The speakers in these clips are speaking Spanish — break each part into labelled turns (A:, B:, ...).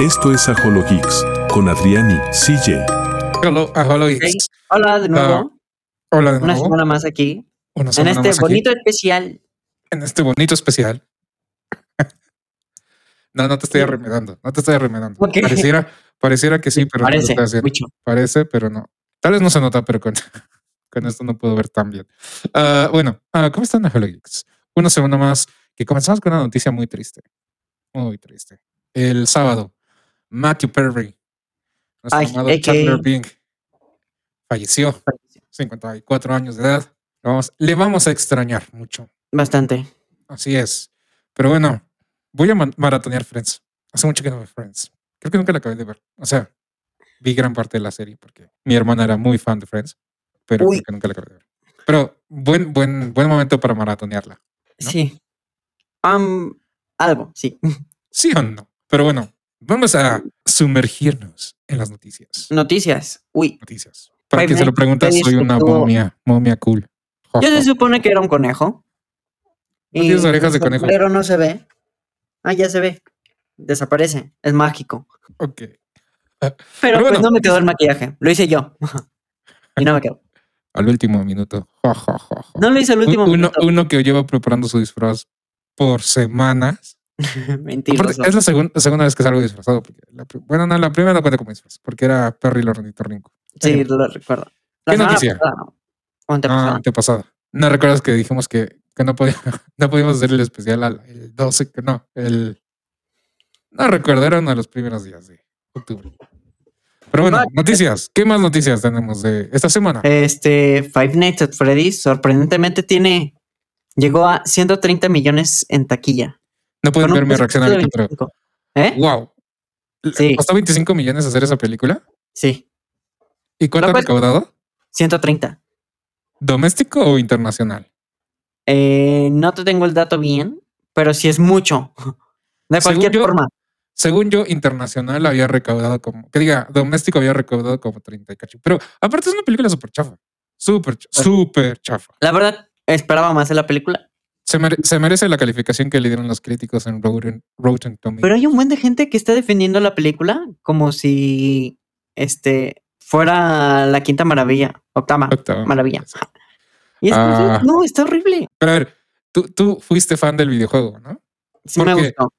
A: Esto es Ajolo Geeks con Adrián y CJ.
B: Hello, Ajolo Geeks.
C: Hey, hola de nuevo.
B: Ah, hola de
C: Una
B: nuevo.
C: semana más aquí.
B: Una
C: En
B: semana
C: este
B: más aquí,
C: bonito especial.
B: en este bonito especial. no, no te estoy arremedando. No te estoy arremedando.
C: Ok.
B: Pareciera, pareciera que sí, pero no lo
C: Parece
B: estoy haciendo.
C: mucho.
B: Parece, pero no. Tal vez no se nota, pero con, con esto no puedo ver tan bien. Ah, bueno, ah, ¿cómo están, Hello Geeks? Una semana más que comenzamos con una noticia muy triste. Muy triste. El sábado, Matthew Perry, nuestro
C: Ay,
B: amado
C: aka.
B: Chandler Bing, falleció. 54 años de edad. Lo vamos- le vamos a extrañar mucho.
C: Bastante.
B: Así es. Pero bueno, voy a man- maratonear Friends. Hace mucho que no veo Friends. Creo que nunca la acabé de ver. O sea, vi gran parte de la serie porque mi hermana era muy fan de Friends, pero
C: Uy.
B: creo que nunca la acabé de ver. Pero buen, buen, buen momento para maratonearla. ¿No?
C: Sí. Am, algo, sí.
B: ¿Sí o no? Pero bueno, vamos a sumergirnos en las noticias.
C: Mm. Noticias. Uy.
B: Noticias. Para
C: Pues
B: quien se
C: me-
B: lo pregunta,
C: me
B: soy una
C: disgustó.
B: momia, momia cool. Jo,
C: Yo
B: jo.
C: se supone que era un conejo.
B: No tienes orejas de conejo.
C: Pero no se ve. Ah, ya se ve. Desaparece. Es mágico.
B: Ok. Pero
C: Pero pues,
B: bueno.
C: no me quedó el maquillaje. Lo hice yo. y no me quedó.
B: Al último minuto. Jo, jo, jo, jo.
C: No lo hice el último.
B: Un- uno,
C: minuto.
B: uno que lleva preparando su disfraz por semanas. Aparte,
C: Mentiroso.
B: es la segun- segunda vez que salgo disfrazado. porque la pri- bueno, no, la primera la cuenta como disfraz, porque era Perry el ornitorrinco.
C: Sí, lo recuerdo. La
B: ¿Qué
C: semana
B: noticia?
C: pasada, ¿no? O
B: Ah,
C: antepasada.
B: antepasada. ¿No recuerdas que dijimos que, que no, podía- no podíamos hacer el especial al el 12? Que no, el... No recuerdo, era uno de los primeros días de octubre. Pero bueno,
C: Vale.
B: noticias. ¿Qué más noticias tenemos de esta semana?
C: Este Five Nights at Freddy's sorprendentemente tiene llegó a 130 millones en taquilla.
B: No pueden
C: Con un
B: ver mi reacción
C: presupuesto de
B: ahorita, pero...
C: 25. ¿Eh?
B: ¡Wow!
C: pues, Sí.
B: ¿Costó 25 millones hacer esa película?
C: Sí,
B: ¿Y cuánto
C: No,
B: ha
C: pues-
B: recaudado?
C: 130.
B: ¿Doméstico o internacional?
C: Eh, no te tengo el dato bien, pero sí es mucho.
B: Según
C: De cualquier
B: yo-
C: forma.
B: Según yo, internacional había recaudado como, que diga, doméstico había recaudado como 30 y cacho. Pero aparte es una película súper chafa. Súper, ch- súper chafa.
C: La verdad, esperaba más de la película.
B: Se, mere- se merece la calificación que le dieron los críticos en Rotten, Rotten Tomatoes.
C: Pero hay un buen de gente que está defendiendo la película como si este fuera la quinta maravilla, octava
B: Octava.
C: maravilla. Y es como,
B: Ah.
C: no, está horrible.
B: Pero a ver, tú, tú fuiste fan del videojuego, ¿no?
C: Sí
B: ¿Por
C: me
B: qué?
C: gustó.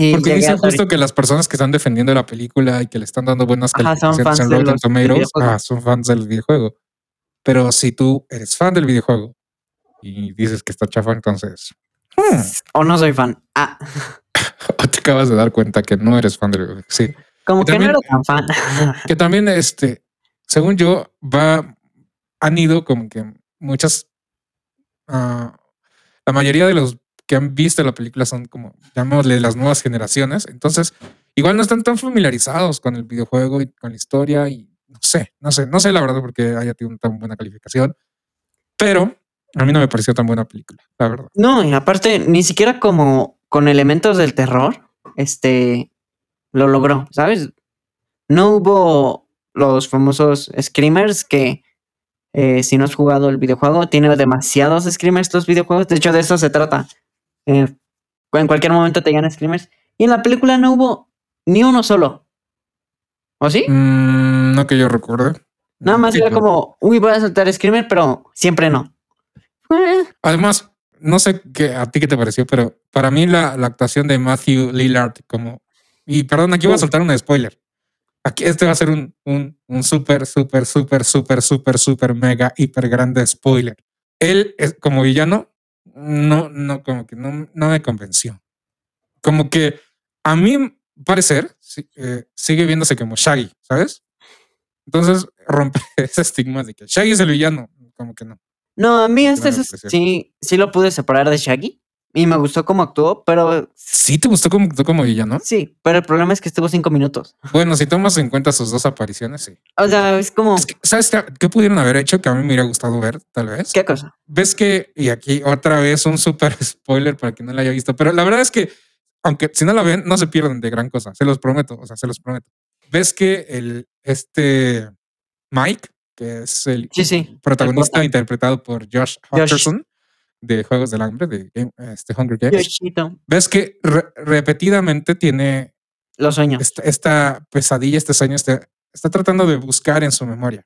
C: Y
B: Porque
C: llegué
B: dicen
C: hasta
B: justo que las personas que están defendiendo la película y que le están dando buenas
C: Ajá, son
B: calificaciones
C: fans
B: en
C: de
B: Rotten
C: los- del
B: Tomatoes
C: videojuego.
B: ah, son fans del videojuego. Pero si tú eres fan del videojuego y dices que está chafa, entonces hmm,
C: O no soy fan. Ah,
B: te acabas de dar cuenta que no eres fan del videojuego. Sí,
C: como
B: Y
C: que no
B: también-
C: era tan fan.
B: que también, este, según yo, va, han ido como que muchas, ah, la mayoría de los que han visto la película son como, llamémosle, las nuevas generaciones. Entonces, igual no están tan familiarizados con el videojuego y con la historia y no sé, no sé, no sé la verdad porque haya tenido tan buena calificación, pero a mí no me pareció tan buena película, la verdad.
C: No, y aparte, ni siquiera como con elementos del terror, este, lo logró, ¿sabes? No hubo los famosos screamers que, eh, si no has jugado el videojuego, tiene demasiados screamers los videojuegos. De hecho, de eso se trata. Eh, en cualquier momento te llegan screamers. Y en la película no hubo ni uno solo. ¿O sí?
B: Mm, no que yo recuerde.
C: Nada más
B: Sí,
C: era
B: no.
C: como, uy, voy a saltar Screamer, pero siempre no. Eh,
B: Además, no sé qué, a ti qué te pareció, pero para mí la, la actuación de Matthew Lillard como... Y perdón, aquí voy a
C: Uf.
B: soltar un spoiler. Aquí este va a ser un, un, un súper, súper, súper, súper, súper, súper, mega, hiper grande spoiler. Él es, como villano, no, no, como que no, no me convenció. Como que a mí parecer sí, eh, sigue viéndose como Shaggy, ¿sabes? Entonces rompe ese estigma de que Shaggy es el villano. Como que no.
C: No, a mí este
B: Claro,
C: es-
B: pues, sí.
C: sí, sí lo pude separar de Shaggy y me gustó cómo actuó, pero
B: Sí, te gustó como actuó como villano.
C: sí, pero el problema es que estuvo cinco minutos.
B: Bueno, si tomas en cuenta sus dos apariciones, sí.
C: O sea, es como,
B: Es que, ¿Sabes qué, qué pudieron haber hecho que a mí me hubiera gustado ver, tal vez?
C: ¿qué cosa?
B: Ves que, y aquí otra vez un súper spoiler para quien no la haya visto, pero la verdad es que, aunque si no la ven, no se pierden de gran cosa, se los prometo, o sea, se los prometo. Ves que el, este Mike, que es el
C: Sí, sí.
B: protagonista
C: Dakota.
B: interpretado por Josh
C: Josh.
B: Hutcherson de Juegos del Hambre, de Game- este Hunger Games.
C: Yoshito.
B: Ves que re- repetidamente tiene
C: Lo sueño.
B: esta, esta pesadilla, este sueño, este- está tratando de buscar en su memoria.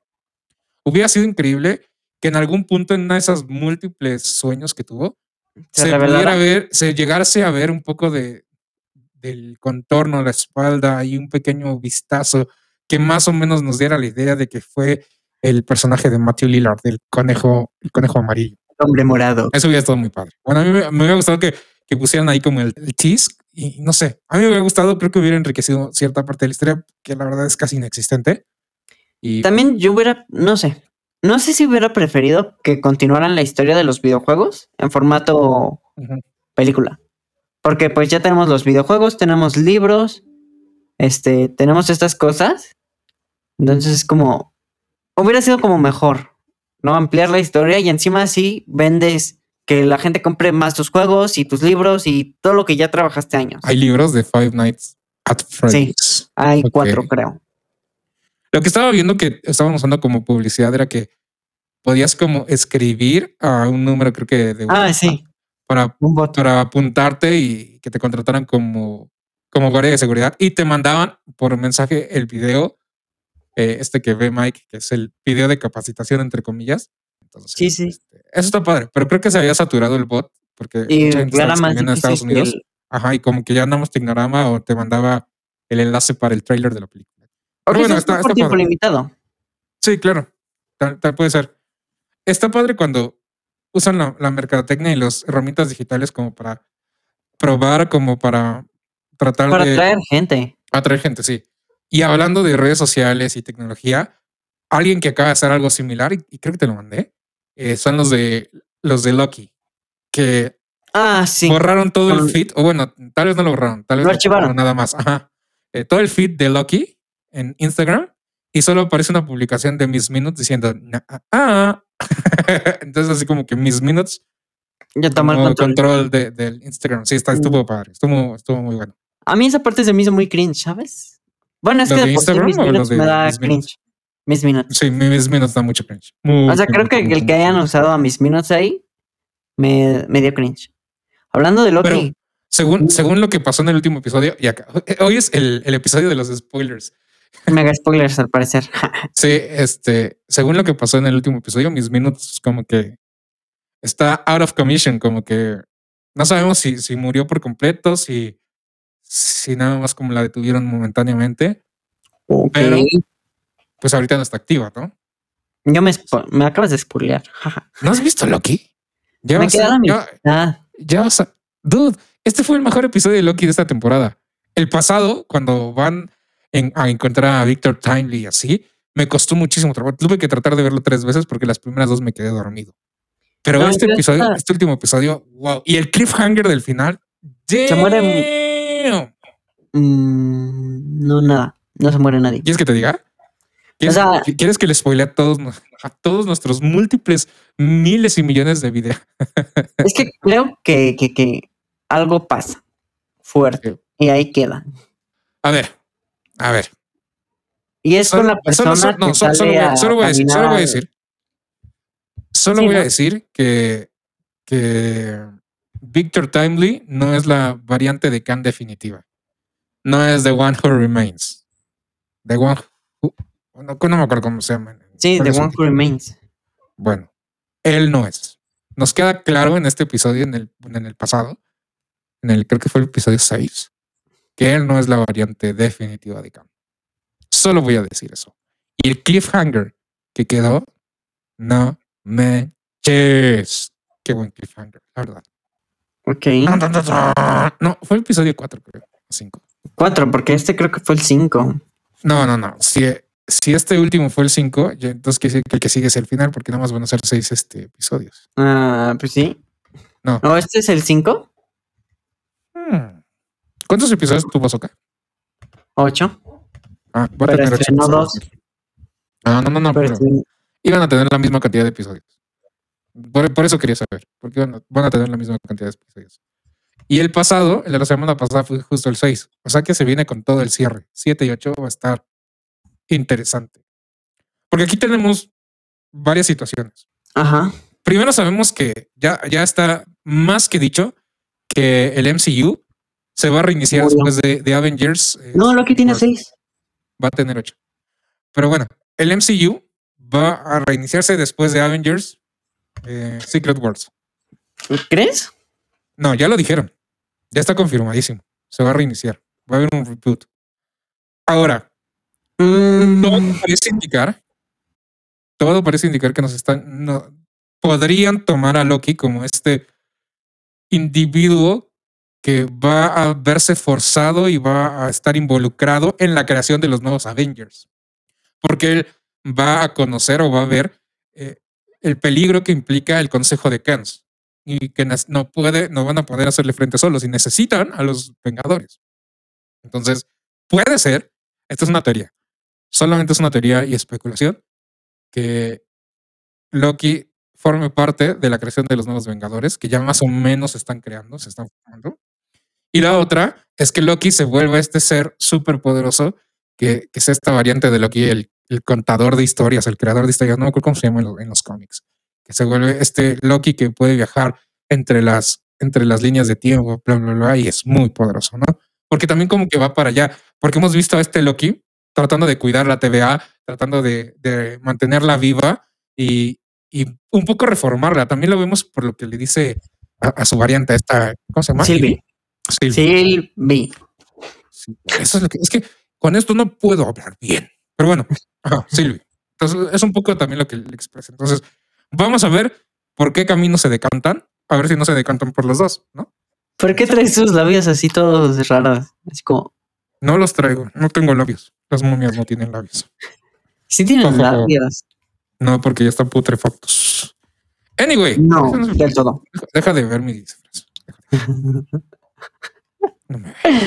B: Hubiera sido increíble que en algún punto en una de esas múltiples sueños que tuvo,
C: Se
B: se, pudiera
C: revelará.
B: ver, se llegase a ver un poco de, del contorno, la espalda y un pequeño vistazo que más o menos nos diera la idea de que fue el personaje de Matthew Lillard, del conejo, el conejo amarillo.
C: Hombre morado.
B: Eso hubiera estado muy padre. Bueno, a mí me, me hubiera gustado que, que pusieran ahí como el, el tease y no sé, a mí me hubiera gustado, creo que hubiera enriquecido cierta parte de la historia que la verdad es casi inexistente. Y
C: También yo hubiera, no sé, no sé si hubiera preferido que continuaran la historia de los videojuegos en formato
B: Ujú.
C: película. Porque pues ya tenemos los videojuegos, tenemos libros, este, tenemos estas cosas. Entonces es como, hubiera sido como mejor, ¿no? Ampliar la historia y encima así vendes que la gente compre más tus juegos y tus libros y todo lo que ya trabajaste años.
B: hay libros de Five Nights at Freddy's.
C: Hay
B: ok.
C: cuatro, creo.
B: Lo que estaba viendo que estaban usando como publicidad era que podías como escribir a un número, creo que de
C: Ah, sí,
B: para,
C: un bot.
B: para apuntarte y que te contrataran como, como guardia de seguridad y te mandaban por mensaje el video, eh, este que ve Mike, que es el video de capacitación, entre comillas. Entonces,
C: Sí, sí.
B: este, eso está padre, pero creo que se había saturado el bot porque
C: Y
B: mucha gente
C: era
B: estaba
C: más
B: escribiendo en Estados
C: difícil que
B: Unidos.
C: el-
B: Ajá, y como que ya andamos te ignoraba o te mandaba el enlace para el trailer de la película.
C: Porque
B: bueno,
C: eso
B: está-
C: está
B: está
C: por tiempo
B: padre.
C: limitado.
B: Sí, claro. Tal, tal puede ser. Está padre cuando usan la, la mercadotecnia y las herramientas digitales como para probar, como para tratar
C: Para
B: de
C: atraer gente.
B: atraer gente, sí. Y hablando de redes sociales y tecnología, alguien que acaba de hacer algo similar, y, y creo que te lo mandé, eh, son los de los de Loki, que
C: Ah, sí.
B: borraron todo el
C: Con-
B: feed, o bueno, tal vez no lo borraron, tal vez
C: Lo
B: borraron
C: archivaron.
B: nada más. Ajá. Eh, todo el feed de Loki en Instagram y solo aparece una publicación de Miss Minutes diciendo, "Na- ah, ah". entonces así como que Miss Minutes
C: Ya tomó el
B: tomó
C: control. Mm.
B: control de- del Instagram. Sí, está, estuvo padre, estuvo, estuvo muy bueno.
C: A mí esa parte se me hizo muy cringe, ¿sabes? Bueno, es
B: ¿Lo
C: que
B: de
C: de por sí
B: Instagram
C: mis
B: o lo
C: minutos
B: de
C: me da
B: Miss Minutes?
C: cringe. Mis minutos.
B: Sí, Miss Minutes da mucho cringe.
C: O sea, creo que el que hayan usado a mis minutos ahí me, me dio cringe. Hablando de Loki,
B: Pero- Según, según lo que pasó en el último episodio, y acá, eh, hoy es el, el episodio de los spoilers.
C: mega spoilers al parecer.
B: Sí, este, según lo que pasó en el último episodio, mis minutos como que está out of commission, como que no sabemos si, si murió por completo, si, si nada más como la detuvieron momentáneamente,
C: Ok.
B: Pero- pues ahorita no está activa, ¿no?
C: Yo me, spo- me acabas de spoilear. jaja.
B: ¿No has visto Loki? Ya
C: Me
B: vas
C: quedé a
B: a,
C: la
B: ya,
C: Ah,
B: ya vas a- Dude, este fue el mejor episodio de Loki de esta temporada. El pasado, cuando van en- a encontrar a Victor Timely y así, me costó muchísimo trabajo. Tuve que tratar de verlo tres veces porque las primeras dos me quedé dormido. Pero
C: No,
B: este
C: yo
B: episodio,
C: esta-
B: este último episodio, wow. Y el cliffhanger del final. Se
C: muere mm, no, nada. No se muere nadie.
B: ¿Quieres que te diga? ¿Quieres,
C: sea-
B: qui- quieres que le spoile a todos, nos- a todos nuestros múltiples miles y millones de videos?
C: Es que creo que, que, que algo pasa fuerte
B: Ok.
C: y ahí queda.
B: A ver, a ver.
C: Y es con la persona
B: solo- no,
C: que
B: solo- solo
C: sale
B: voy a-
C: a
B: solo voy a decir- solo voy a
C: caminar.
B: decir. Solo
C: Sí,
B: voy a
C: ¿no?
B: decir que, que Victor Timely no es la variante de Khan definitiva. No es The One Who Remains. The One Who. No, no me acuerdo cómo se llama.
C: Sí,
B: ¿Cuál
C: The
B: es el
C: One Who
B: título?
C: Remains.
B: Bueno, él no es. Nos queda claro en este episodio, en el, en el pasado, en el creo que fue el episodio 6, que él no es la variante definitiva de Cam. Solo voy a decir eso. Y el cliffhanger que quedó, no me Qué buen cliffhanger, la verdad.
C: Ok.
B: Tan, tan, tan, tan. No, fue el episodio 4, creo. 5.
C: Cuatro, porque este creo que fue el cinco.
B: No, no, no. Si, si este último fue el 5, entonces quiere decir que el que sigue es el final, porque nada más van a ser 6 este, episodios.
C: Ah, pues sí.
B: No.
C: ¿O este es el cinco?
B: Hmm. ¿Cuántos episodios tuvo Soca?
C: Ocho.
B: Ah, va a
C: Pero
B: tener ocho
C: estrenó
B: episodios.
C: dos.
B: Ah, no, no, no, pero
C: Pero sí,
B: iban a tener la misma cantidad de episodios. Por, por eso quería saber, porque van a, van a tener la misma cantidad de episodios. Y el pasado, el de la semana pasada fue justo el 6, o sea que se viene con todo el cierre. 7 y 8 va a estar interesante. Porque aquí tenemos varias situaciones.
C: Ajá.
B: Primero sabemos que ya, ya está más que dicho que el MCU se va a reiniciar
C: Murió.
B: después de, de Avengers. eh,
C: No, Loki tiene
B: War.
C: seis.
B: va a tener 8. Pero bueno, el MCU va a reiniciarse después de Avengers eh, Secret Wars.
C: ¿Crees?
B: No, ya lo dijeron. Ya está confirmadísimo. Se va a reiniciar. Va a haber un reboot. Ahora,
C: Mm,
B: todo parece indicar. Todo parece indicar que nos están. no- podrían tomar a Loki como este individuo que va a verse forzado y va a estar involucrado en la creación de los nuevos Avengers. Porque él va a conocer o va a ver eh, el peligro que implica el Consejo de Cans y que nas- no puede, no van a poder hacerle frente solos y necesitan a los Vengadores. Entonces, puede ser, esta es una teoría, solamente es una teoría y especulación que Loki forme parte de la creación de los nuevos Vengadores, que ya más o menos se están creando, se están formando. Y la otra es que Loki se vuelva este ser súper poderoso, que, que es esta variante de Loki, el, el contador de historias, el creador de historias, no me acuerdo cómo se llama en lo- en los, cómics, que se vuelve este Loki que puede viajar entre las, entre las líneas de tiempo, bla, bla, bla, y es muy poderoso, ¿no? Porque también como que va para allá, porque hemos visto a este Loki tratando de cuidar la TVA, tratando de, de mantenerla viva y, y un poco reformarla. También lo vemos por lo que le dice a, a su variante, esta, ¿cómo se llama?
C: Silvi.
B: Sylvie.
C: Silvi.
B: Sí, Eso es lo que es que con esto no puedo hablar bien. Pero bueno, ajá, Silvi. Entonces es un poco también lo que le expresa. Entonces, vamos a ver por qué camino se decantan, a ver si no se decantan por los dos, ¿no?
C: ¿Por qué traes tus labios así todos raros? Así como,
B: No los traigo, no tengo labios. Las momias no tienen labios.
C: sí tienes
B: Ojo.
C: labios.
B: No, porque ya están putrefactos. Anyway,
C: No,
B: déjanos-
C: del todo.
B: deja de ver mi disfraz. No me veas.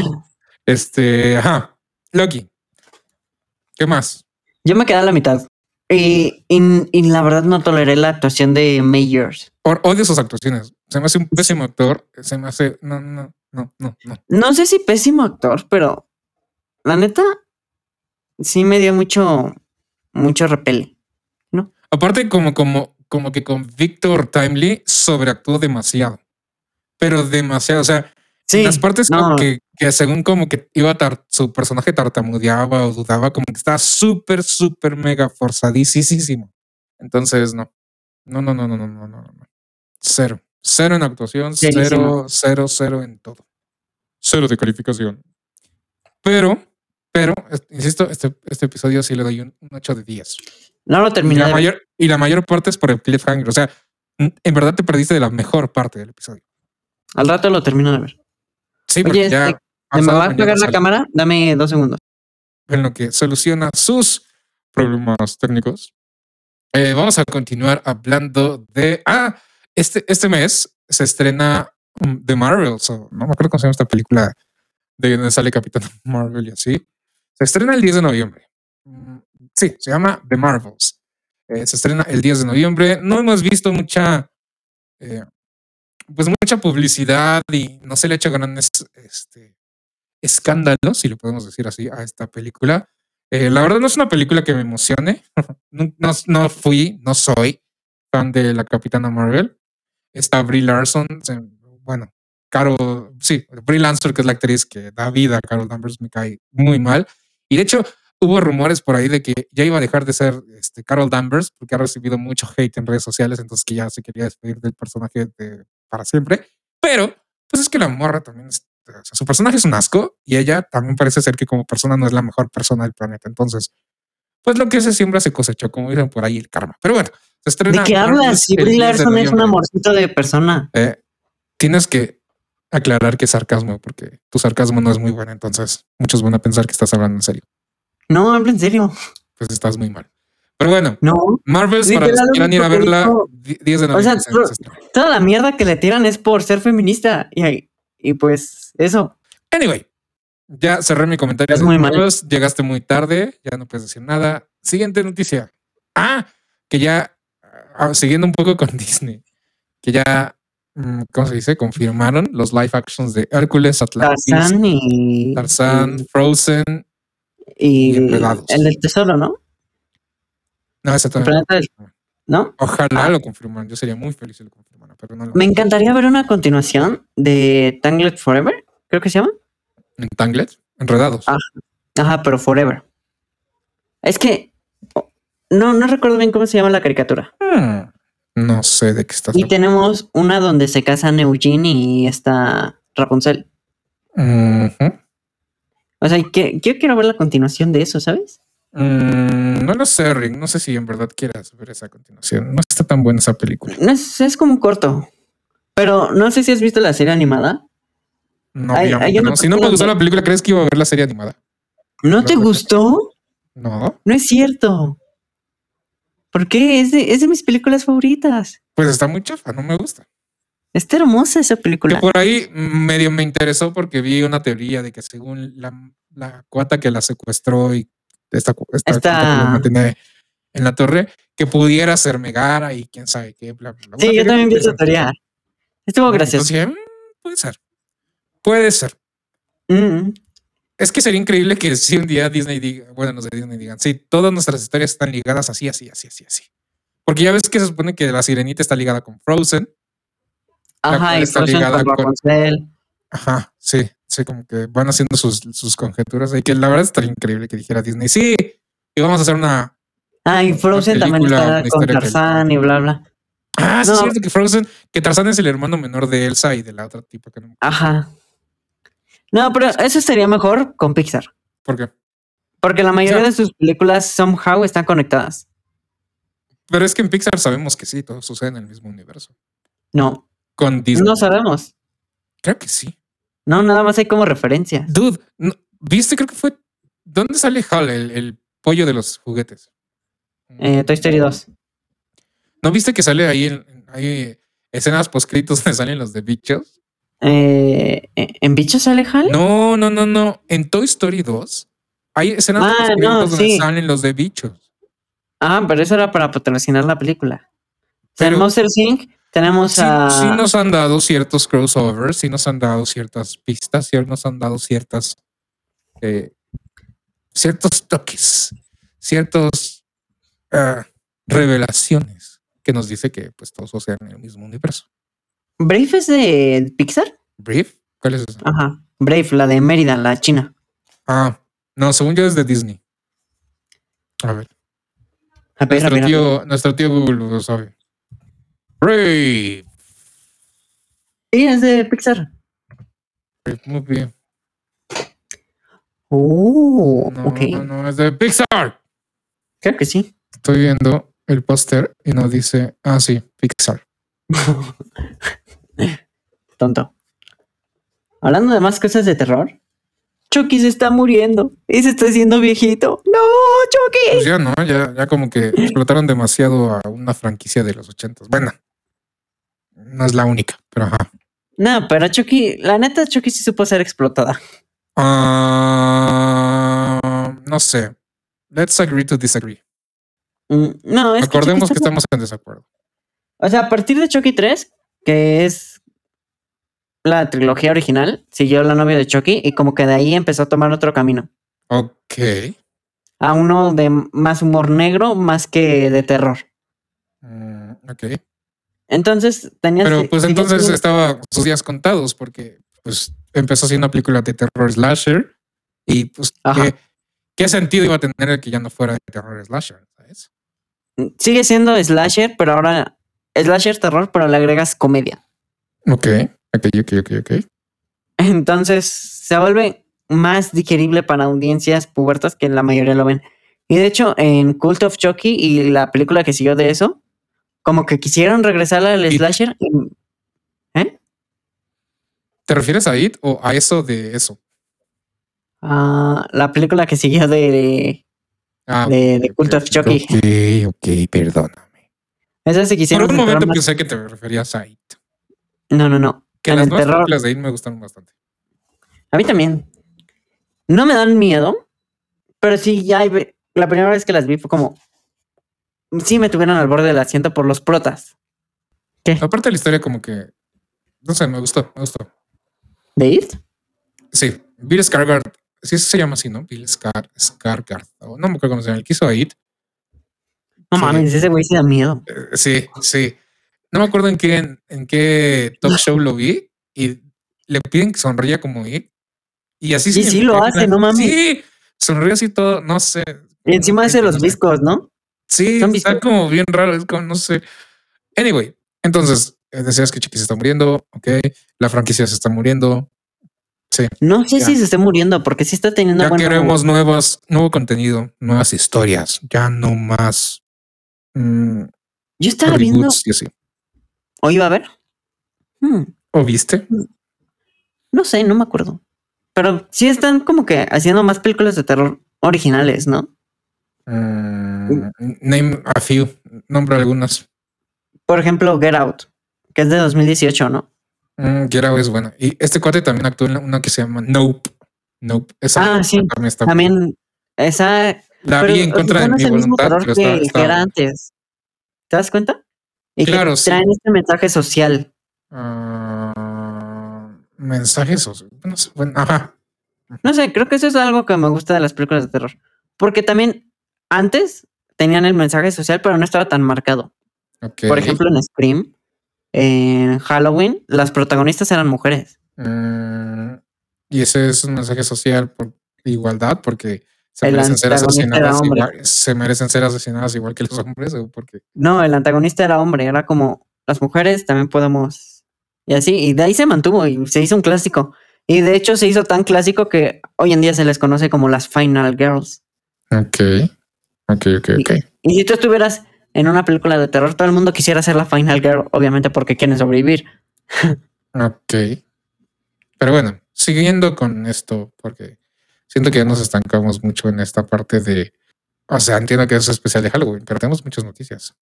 B: Este, ajá. Loki. ¿Qué más?
C: Yo me quedé a la mitad. Y, y- y la verdad no toleré la actuación de Mayors.
B: Or- odio sus actuaciones. Se me hace un pésimo actor. Se me hace. No, no, no, no, no.
C: No sé si pésimo actor, pero la neta sí me dio mucho, mucho repele.
B: Aparte, como, como, como que con Victor Timely sobreactuó demasiado. Pero demasiado. O sea,
C: Sí,
B: las partes como
C: no.
B: que, que según como que iba a tar- su personaje tartamudeaba o dudaba, como que estaba súper, súper mega forzadísimo. Entonces, no. No, no, no, no, no, no, no, no. Cero. Cero en actuación, cero,
C: Cienísimo.
B: cero, cero en todo. Cero de calificación. Pero, pero, es- insisto, este, este episodio sí le doy un, un 8 de 10.
C: no lo
B: Y
C: terminé.
B: la,
C: de ver.
B: mayor, y la mayor parte es por el cliffhanger. O sea, n- en verdad te perdiste de la mejor parte del episodio.
C: Al rato lo termino de ver.
B: Sí,
C: Oye,
B: porque
C: este,
B: ya.
C: ¿Me
B: pasado
C: va a
B: mañana
C: pegar la
B: Ah, sale.
C: cámara? Dame dos segundos.
B: en lo que soluciona sus problemas técnicos. Eh, vamos a continuar hablando de. Ah, este, este mes se estrena mm, The Marvels, o no me acuerdo cómo se llama esta película de donde sale Capitán Marvel y así. Se estrena el 10 de noviembre. Mm, Sí, se llama The Marvels. Eh, se estrena el 10 de noviembre. No hemos visto mucha. eh, pues mucha publicidad y no se le ha hecho grandes este, escándalos, si lo podemos decir así, a esta película. Eh, la verdad no es una película que me emocione. no, no- no fui, no soy fan de la Capitana Marvel. Está Brie Larson, se- bueno, Carol, sí, Brie Larson, que es la actriz que da vida a Carol Danvers, me cae muy mal. Y de hecho, hubo rumores por ahí de que ya iba a dejar de ser este, Carol Danvers porque ha recibido mucho hate en redes sociales, entonces que ya se quería despedir del personaje de- para siempre. Pero, pues es que la morra también es o sea, su personaje es un asco y ella también parece ser que como persona no es la mejor persona del planeta. Entonces, pues lo que se siembra se cosechó, como dicen por ahí el karma. Pero bueno, se estrena.
C: ¿De qué hablas? Si
B: el 10
C: Brie
B: de
C: Larson es un
B: noviembre.
C: amorcito de persona.
B: Eh, tienes que aclarar que es sarcasmo, porque tu sarcasmo no es muy bueno. Entonces, muchos van a pensar que estás hablando en serio.
C: No, hablo en serio.
B: Pues estás muy mal. Pero bueno,
C: No.
B: Marvels, para los que
C: Literal,
B: quieran ir a
C: lo que
B: verla,
C: dijo-
B: 10 de
C: o sea,
B: noviembre. se-
C: tú-
B: se estrena.
C: Toda la mierda que le tiran es por ser feminista. Y, y pues eso.
B: Anyway, ya cerré mi comentario.
C: Es
B: de
C: muy mal.
B: libros, Llegaste muy tarde, ya no puedes decir nada. Siguiente noticia. Ah, que ya, ah, siguiendo un poco con Disney, que ya, mm, ¿cómo se dice? Confirmaron los live actions de Hércules, Atlantis,
C: Tarzán y.
B: Tarzán, Frozen.
C: Y,
B: y Enredados.
C: el del tesoro, ¿no?
B: No, ese
C: El
B: también.
C: planeta del- ¿no?
B: Ojalá
C: Ah.
B: lo confirmaran. Yo sería muy feliz si lo confirmaran, pero no lo
C: Me encantaría ver una continuación de Tangled Forever, creo que se llama.
B: ¿En Tangled? Enredados.
C: Ah. Ajá, pero Forever. Es que oh, no, no recuerdo bien cómo se llama la caricatura.
B: Hmm. No sé de qué estás
C: Y tenemos una donde se casan Eugene y esta Rapunzel.
B: Ujú.
C: O sea, y que, yo quiero ver la continuación de eso, ¿sabes?
B: Mm, no lo sé, Rick. No sé si en verdad quieras ver esa continuación. No está tan buena esa película.
C: No es, es como un corto. Pero no sé si has visto la serie animada.
B: No,
C: Hay- hay
B: obviamente
C: una
B: no. Si no me
C: parte
B: gustó
C: donde-
B: la película, ¿crees que iba a ver la serie animada?
C: ¿No te
B: Claro.
C: gustó?
B: No.
C: No es cierto. ¿Por qué? Es de, es de mis películas favoritas.
B: Pues está muy chafa, no me gusta.
C: Está hermosa esa
B: Que
C: película.
B: por ahí medio me interesó porque vi una teoría de que según la, la cuata que la secuestró y esta, cu- esta
C: Esta-
B: cuata que la mantenía en la torre, que pudiera ser Megara y quién sabe qué, bla, bla, bla. Una
C: Sí, yo
B: teoría
C: también pienso
B: interesante.
C: torear. Estuvo gracioso.
B: Entonces, dije, "Mm, puede ser. Puede ser.
C: Mm,
B: Es que sería increíble que si un día Disney diga, bueno, no sé, Disney digan, sí, todas nuestras historias están ligadas así, así, así, así, así. Porque ya ves que se supone que la sirenita está ligada con Frozen.
C: Ajá,
B: cual
C: y
B: está
C: Frozen
B: ligada
C: con
B: con-
C: Rapunzel.
B: Ajá, sí, sí, como que van haciendo sus, sus conjeturas. Y que la verdad estaría increíble que dijera Disney, sí, y vamos a hacer una.
C: Ah, y Frozen también
B: película,
C: está
B: una
C: con
B: historia que-
C: Tarzán y bla, bla.
B: Ah, sí,
C: No.
B: es cierto que Frozen, que Tarzán es el hermano menor de Elsa y de la otra tipo que no.
C: Ajá. No, pero eso estaría mejor con Pixar.
B: Porque,
C: Porque la mayoría
B: sea-
C: de sus películas somehow están conectadas.
B: pero es que en Pixar sabemos que sí, todo sucede en el mismo universo.
C: No,
B: Con Disney,
C: no sabemos.
B: creo que sí.
C: No, nada más hay como referencias.
B: Dude, no- ¿viste? Creo que fue. ¿Dónde sale Hal, el, el pollo de los juguetes?
C: Eh, Toy Story 2.
B: ¿No viste que sale ahí, en- hay escenas poscritos donde salen los de bichos?
C: Eh, ¿En Bichos sale Hal?
B: No, no, no, no. En Toy Story 2 hay escenas
C: Ah,
B: postcréditos
C: no,
B: donde
C: sí.
B: salen los de bichos.
C: Ah, pero eso era para patrocinar la película.
B: Pero-
C: tenemos el Sync, tenemos
B: Sí,
C: a.
B: sí nos han dado ciertos crossovers, sí nos han dado ciertas pistas, sí nos han dado ciertas. eh, ciertos toques, ciertos. ah, revelaciones que nos dice que pues todos suceden en el mismo universo.
C: ¿Brave es de Pixar?
B: ¿Brief? ¿Cuál es esa?
C: Ajá. Brave, la de Mérida, la china.
B: Ah, no, según yo es de Disney. A ver.
C: A ver, a
B: Nuestro
C: ver, a ver.
B: tío, nuestro tío Google lo sabe. Brave.
C: Sí, es de Pixar.
B: Brave Movie.
C: Oh,
B: No,
C: ok.
B: no, no, es de Pixar.
C: Creo que sí.
B: Estoy viendo el póster y no dice, ah, sí, Pixar.
C: Tonto. Hablando de más cosas de terror. Chucky se está muriendo y se está haciendo viejito. ¡No, Chucky!
B: Pues ya, ¿no? Ya, ya como que explotaron demasiado a una franquicia de los ochentas. Bueno, no es la única, pero ajá.
C: No, pero Chucky, la neta, Chucky sí supo ser explotada.
B: Ah, no sé. Let's agree to disagree.
C: Mm, No, es que Chucky
B: Acordemos que,
C: está-
B: estamos en desacuerdo.
C: O sea, a partir de Chucky 3, que es la trilogía original, siguió la novia de Chucky y como que de ahí empezó a tomar otro camino.
B: Ok.
C: A uno de más humor negro más que de terror.
B: Mm, ok.
C: Entonces tenías.
B: Pero
C: que-
B: pues
C: seguías
B: entonces
C: teniendo-
B: estaba sus días contados porque pues empezó siendo una película de terror slasher y pues
C: Ajá.
B: ¿qué, qué sentido iba a tener el que ya no fuera de terror slasher, ¿sabes?
C: Sigue siendo slasher, pero ahora. Slasher terror, pero le agregas comedia.
B: Ok, ok, ok, ok, ok.
C: Entonces se vuelve más digerible para audiencias pubertas que la mayoría lo ven. Y de hecho, en Cult of Chucky y la película que siguió de eso, como que quisieron regresar al
B: Y-
C: slasher. y-
B: ¿Te refieres a It o a eso de eso?
C: Ah, la película que siguió de,
B: Ah,
C: de, de
B: ok,
C: Cult of
B: ok,
C: Chucky.
B: Ok, ok, perdóname.
C: Esa se
B: Por
C: quisieron
B: un
C: centrar
B: momento
C: más-
B: pensé que te referías a It.
C: No, no, no.
B: Que
C: en
B: las
C: el
B: nuevas
C: terror.
B: películas de It me gustaron bastante.
C: A mí también. No me dan miedo, pero sí, ya hay ve- la primera vez que las vi fue como. Sí, me tuvieron al borde del asiento por los protas. ¿Qué?
B: Aparte de la historia como que, no sé, me gustó, me gustó.
C: ¿De It?
B: Sí, Bill Skarsgård. Sí, se llama así, ¿no? Bill Skar, Skarsgård. o No me acuerdo cómo se llama. El que hizo It.
C: No
B: Sí.
C: mames, ese güey sí da miedo.
B: Eh, Sí, sí. No me acuerdo en qué, en, en qué talk show lo vi y le piden que sonría como él. Y así
C: Sí, sí, lo
B: significa que-
C: hace, no mames.
B: Sí, sonríe así todo, no sé.
C: Y encima hace los discos, ¿no?
B: Sí,
C: ¿Son
B: está
C: bizcos?
B: como bien raro, es como no sé. Anyway, entonces eh, decías que Chiqui se está muriendo, ok. La franquicia se está muriendo.
C: No sé
B: Ya.
C: si se esté muriendo porque sí está teniendo
B: ya
C: buen rango.
B: queremos nuevas, nuevo contenido, nuevas historias, ya no más. mm,
C: Yo estaba viendo,
B: reboots y así.
C: o iba a ver. Hmm,
B: ¿O viste?
C: no sé, no me acuerdo. Pero sí están como que haciendo más películas de terror originales, ¿no?
B: Mm, name a few, nombra algunas.
C: Por ejemplo, Get Out, que es de 2018, ¿no?
B: Mm, Get Out es buena. Y este cuate también actúa en la- una que se llama Nope. Nope. Esa
C: Ah, sí.
B: también está.
C: También esa
B: la
C: Pero,
B: vi en
C: o sea,
B: contra de
C: no
B: mi
C: es el mismo
B: voluntad,
C: terror
B: pero
C: que,
B: está,
C: que
B: está
C: era
B: buena.
C: antes. ¿Te das cuenta? Y que
B: Claro, sí.
C: traen este mensaje social.
B: Ah, mensajes. o sea, no sé, bueno, ajá.
C: No sé, creo que eso es algo que me gusta de las películas de terror. Porque también antes tenían el mensaje social, pero no estaba tan marcado.
B: ok.
C: Por ejemplo, en Scream, en Halloween, las protagonistas eran mujeres.
B: Mm, y ese es un mensaje social por de igualdad, porque se
C: El
B: merecen ser
C: antagonista era
B: asesinadas
C: hombre.
B: igual, se merecen ser asesinadas igual que los hombres, o porque
C: No, el antagonista era hombre, era como las mujeres también podemos. Y así, y de ahí se mantuvo y se hizo un clásico. Y de hecho se hizo tan clásico que hoy en día se les conoce como las Final Girls.
B: Ok, ok, ok, ok.
C: Y si tú estuvieras en una película de terror, todo el mundo quisiera ser la Final Girl, obviamente porque quieren sobrevivir.
B: Ok. Pero bueno, siguiendo con esto, porque siento que ya nos estancamos mucho en esta parte de. O sea, entiendo que es especial de Halloween, pero tenemos muchas noticias.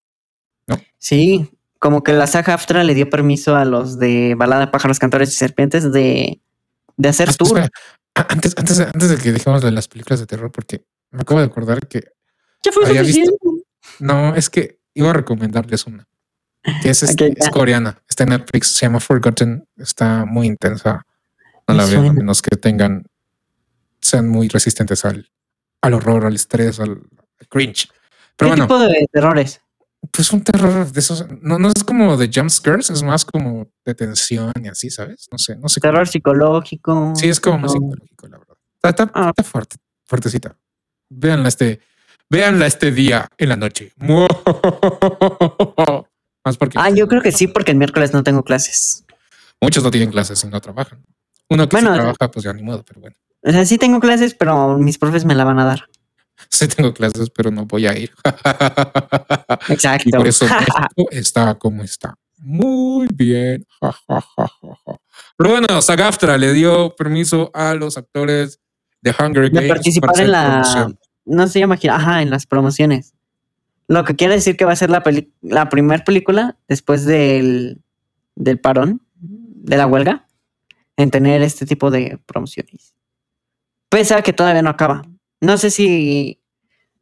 C: Sí, como que la saga AFTRA le dio permiso a los de Balada, Pájaros, Cantores y Serpientes de, de hacer
B: Espera,
C: tour.
B: espera. A- Antes, antes, antes de que dejemos lo de las películas de terror, porque me acabo de acordar que.
C: Ya fue
B: había visto-
C: suficiente.
B: No, es que iba a recomendarles una. Que es, este-
C: Ok, ya.
B: es coreana, está en Netflix, se llama Forgotten, está muy intensa. No
C: Me
B: la vean a
C: suena.
B: menos que tengan, sean muy resistentes al, al horror, al estrés, al, al cringe.
C: ¿Qué
B: Pero bueno,
C: tipo de terrores?
B: pues un terror de esos, no, no es como de jump scares, es más como de tensión y así, ¿sabes? No sé, no sé. cómo-
C: Terror psicológico.
B: Sí, es como más
C: terror-
B: psicológico, la verdad. Está, está-
C: Ah.
B: está fuerte, fuertecita. Véanla este, véanla este día en la noche. Más porque
C: Ah, yo creo que sí, porque el miércoles no tengo clases.
B: muchos no tienen clases y no trabajan. Uno que sí
C: Bueno, o sea-
B: trabaja, pues ya ni modo, pero bueno.
C: O sea, sí tengo clases, pero mis profes me la van a dar.
B: Sí tengo clases, pero no voy a ir. Ah,
C: Exacto.
B: y por eso México está como está. Muy bien. Ja, ja, ja, ja, ja. Pero bueno, Sagaftra le dio permiso a los actores de Hunger Games
C: de participar en la
B: promoción.
C: no se llama gira, ajá, en las promociones. Lo que quiere decir que va a ser la peli- la primera película después del del parón de la huelga en tener este tipo de promociones. Pese a que todavía no acaba. No sé si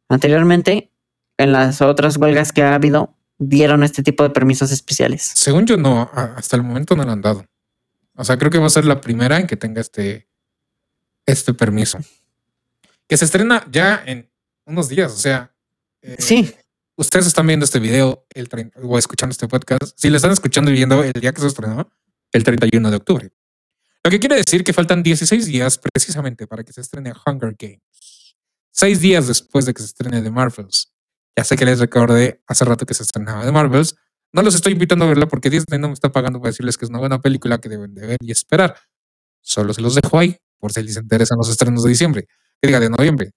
C: anteriormente en las otras huelgas que ha habido dieron este tipo de permisos especiales.
B: Según yo, no, a- hasta el momento no lo han dado. O sea, creo que va a ser la primera en que tenga este, este permiso. Que se estrena ya en unos días, o sea. eh,
C: Sí,
B: ustedes están viendo este video el 30 o escuchando este podcast, si lo están escuchando y viendo el día que se estrenó, el 31 de octubre. Lo que quiere decir que faltan 16 días precisamente para que se estrene Hunger Games. Seis días después de que se estrene The Marvels. Ya sé que les recordé hace rato que se estrenaba The Marvels. No los estoy invitando a verla porque Disney no me está pagando para decirles que es una buena película que deben de ver y esperar. Solo se los dejo ahí por si les interesan los estrenos de diciembre. Que diga de noviembre.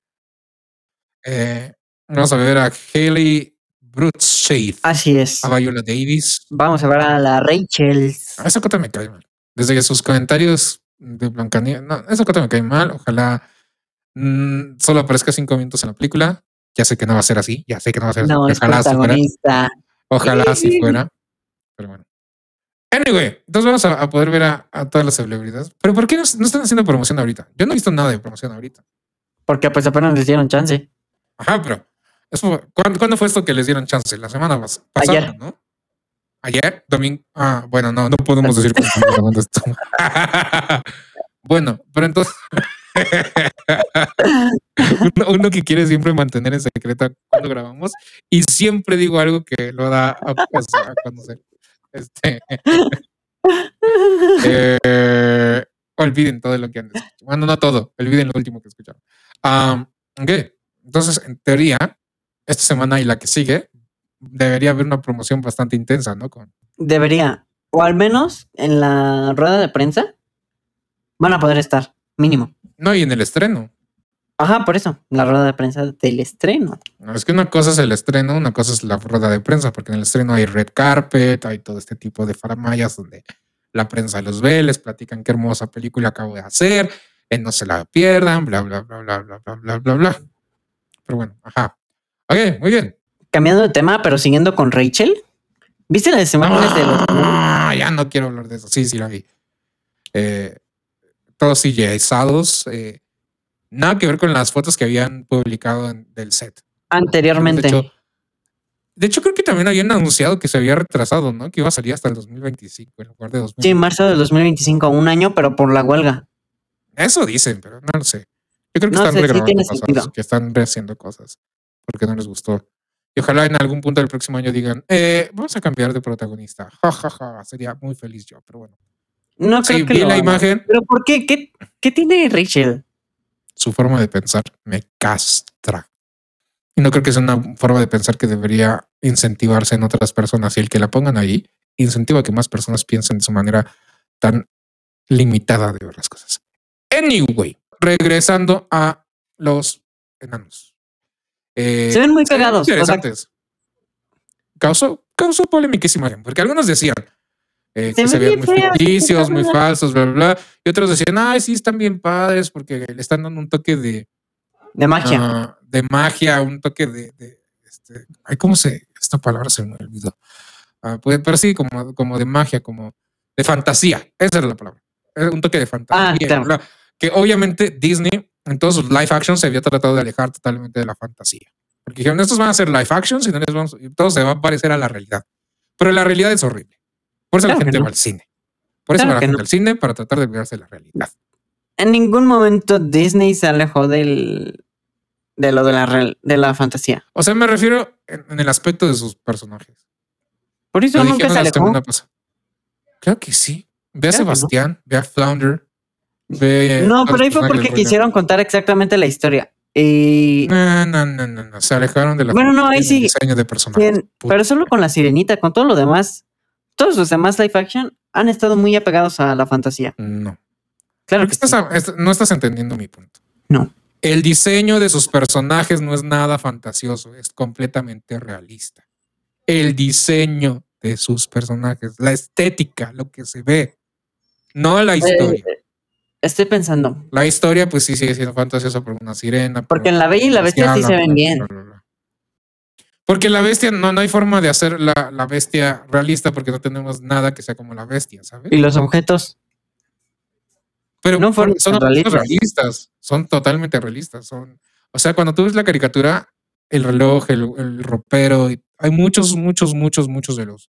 B: Eh, vamos a ver a Haley Brutshade,
C: así es.
B: a Viola Davis.
C: Vamos a ver a la Rachel.
B: A Esa cota me cae mal. Desde que sus comentarios de Blancanieves, no, esa cota me cae mal. Ojalá mm, solo aparezca cinco minutos en la película. Ya sé que no va a ser así. Ya sé que no va a ser así.
C: No,
B: pero
C: es
B: Ojalá así fuera.
C: protagonista.
B: Ojalá así
C: Sí.
B: fuera. Pero bueno. Anyway, entonces vamos a, a poder ver a, a todas las celebridades. Pero ¿por qué no, no están haciendo promoción ahorita? Yo no he visto nada de promoción ahorita.
C: Porque pues apenas les dieron chance.
B: Ajá, pero eso fue- ¿cuándo, cuándo fue esto que les dieron chance? La semana pas- pasada,
C: Ayer.
B: ¿no? Ayer, domingo. Ah, bueno, no, no podemos decir cuándo estamos grabando esto. bueno, pero entonces. uno, uno que quiere siempre mantener en secreto cuando grabamos y siempre digo algo que lo da a, pues, a conocer. Este, eh, olviden todo lo que han escuchado. Bueno, no todo, olviden lo último que escucharon. Am, ok, entonces en teoría, esta semana y la que sigue, debería haber una promoción bastante intensa, ¿no? Con,
C: Debería, o al menos en la rueda de prensa, van a poder estar, mínimo.
B: no, y en el estreno.
C: Ajá, por eso, la rueda de prensa del estreno.
B: Es que una cosa es el estreno, una cosa es la rueda de prensa, porque en el estreno hay red carpet, hay todo este tipo de faramayas donde la prensa los ve, les platican qué hermosa película acabo de hacer, eh, no se la pierdan, bla, bla, bla, bla, bla, bla, bla, bla, bla. Pero bueno, ajá. Ok, muy bien.
C: Cambiando de tema, pero siguiendo con Rachel. ¿Viste la de semáforos de los...
B: Ah, ya no quiero hablar de eso. Sí, sí, la vi. Eh, todos CGIzados. Eh, nada que ver con las fotos que habían publicado en- del set.
C: Anteriormente.
B: De hecho, de hecho, creo que también habían anunciado que se había retrasado, ¿no? Que iba a salir hasta el 2025 en lugar de 2000.
C: Sí, en marzo del 2025, un año, pero por la huelga.
B: Eso dicen, pero no lo sé. Yo creo que
C: No
B: están
C: sé, sí
B: regrabando
C: tiene
B: cosas,
C: sentido.
B: que están rehaciendo cosas porque no les gustó. Y ojalá en algún punto del próximo año digan, eh, vamos a cambiar de protagonista. Ja, ja, ja. Sería muy feliz yo, pero bueno.
C: No creo
B: Sí,
C: que
B: vi
C: lo
B: la
C: hagan.
B: imagen,
C: ¿Pero por qué? qué? ¿Qué tiene Rachel?
B: su forma de pensar me castra. Y no creo que sea una forma de pensar que debería incentivarse en otras personas. Y el que la pongan ahí incentiva que más personas piensen de su manera tan limitada de ver las cosas. Anyway, regresando a los enanos. Eh,
C: Se ven muy
B: se ven
C: cagados, o sea-
B: Interesantes. Causó, causó polemiquísima, porque algunos decían eh,
C: Se
B: que se
C: ven
B: veían muy
C: bien feas,
B: ficticios, muy
C: bla,
B: falsos, bla, bla, bla. Y otros decían, ay, sí, están bien padres porque le están dando un toque de,
C: De magia.
B: Ah, de magia, un toque de, de, este, ay, ¿cómo se? Esta palabra se me olvidó. Ah, pues, pero sí, como, como de magia, como de fantasía. Esa era la palabra. Era un toque de fantasía.
C: Ah, claro.
B: bla, Que obviamente Disney en todos sus live actions se había tratado de alejar totalmente de la fantasía. Porque dijeron, estos van a ser live actions y no les vamos, y todo se va a parecer a la realidad. Pero la realidad es horrible. Por eso
C: Claro
B: la
C: que
B: gente
C: no.
B: va al cine. Por eso
C: Claro
B: va la
C: que
B: gente
C: no.
B: al cine para tratar de olvidarse de la realidad.
C: En ningún momento Disney se alejó del, de lo de la, real- de la fantasía.
B: O sea, me refiero en- en el aspecto de sus personajes.
C: Por eso
B: Lo
C: nunca
B: dijeron
C: se
B: la
C: alejó.
B: semana pasada. Claro que sí. Ve a
C: Claro que no.
B: Sebastián, ve a Flounder, ve.
C: No,
B: a los
C: pero ahí fue
B: personajes
C: porque
B: del
C: quisieron contar exactamente la historia. Y.
B: No, no, no, no, no. Se alejaron de la
C: Bueno, no, ahí
B: fantasía y del
C: sí.
B: diseño de personajes.
C: bien,
B: Puta.
C: pero solo con la sirenita, con todo lo demás, todos los demás live action han estado muy apegados a la fantasía.
B: No.
C: Claro que
B: Estás
C: sí.
B: a- est- no estás entendiendo mi punto.
C: No.
B: El diseño de sus personajes no es nada fantasioso, es completamente realista. El diseño de sus personajes, la estética, lo que se ve, no
C: Eh,
B: la historia.
C: Estoy pensando.
B: La historia, pues sí sigue siendo fantasiosa por una sirena. por
C: Porque en La Bella y la Bestia sí se
B: bla,
C: ven
B: bla,
C: bien.
B: bla, bla, bla. Porque la bestia, no, no hay forma de hacer la, la bestia realista porque no tenemos nada que sea como la bestia, ¿sabes?
C: Y los objetos.
B: Pero
C: no fueron
B: son
C: tan
B: objetos
C: realistas.
B: realistas, son totalmente realistas. Son, o sea, cuando tú ves la caricatura, el reloj, el, el ropero, y hay muchos, muchos, muchos, muchos de los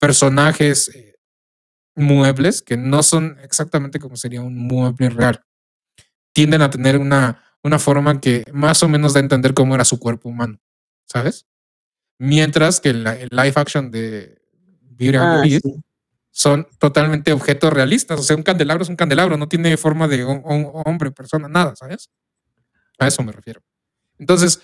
B: personajes eh, muebles que no son exactamente como sería un mueble real. Tienden a tener una, una forma que más o menos da a entender cómo era su cuerpo humano, ¿sabes? Mientras que la- el live action de Beauty and the
C: Ah,
B: Beast
C: sí.
B: son totalmente objetos realistas. O sea, un candelabro es un candelabro, no tiene forma de hom- hom- hombre, persona, nada, ¿sabes? A eso me refiero. Entonces,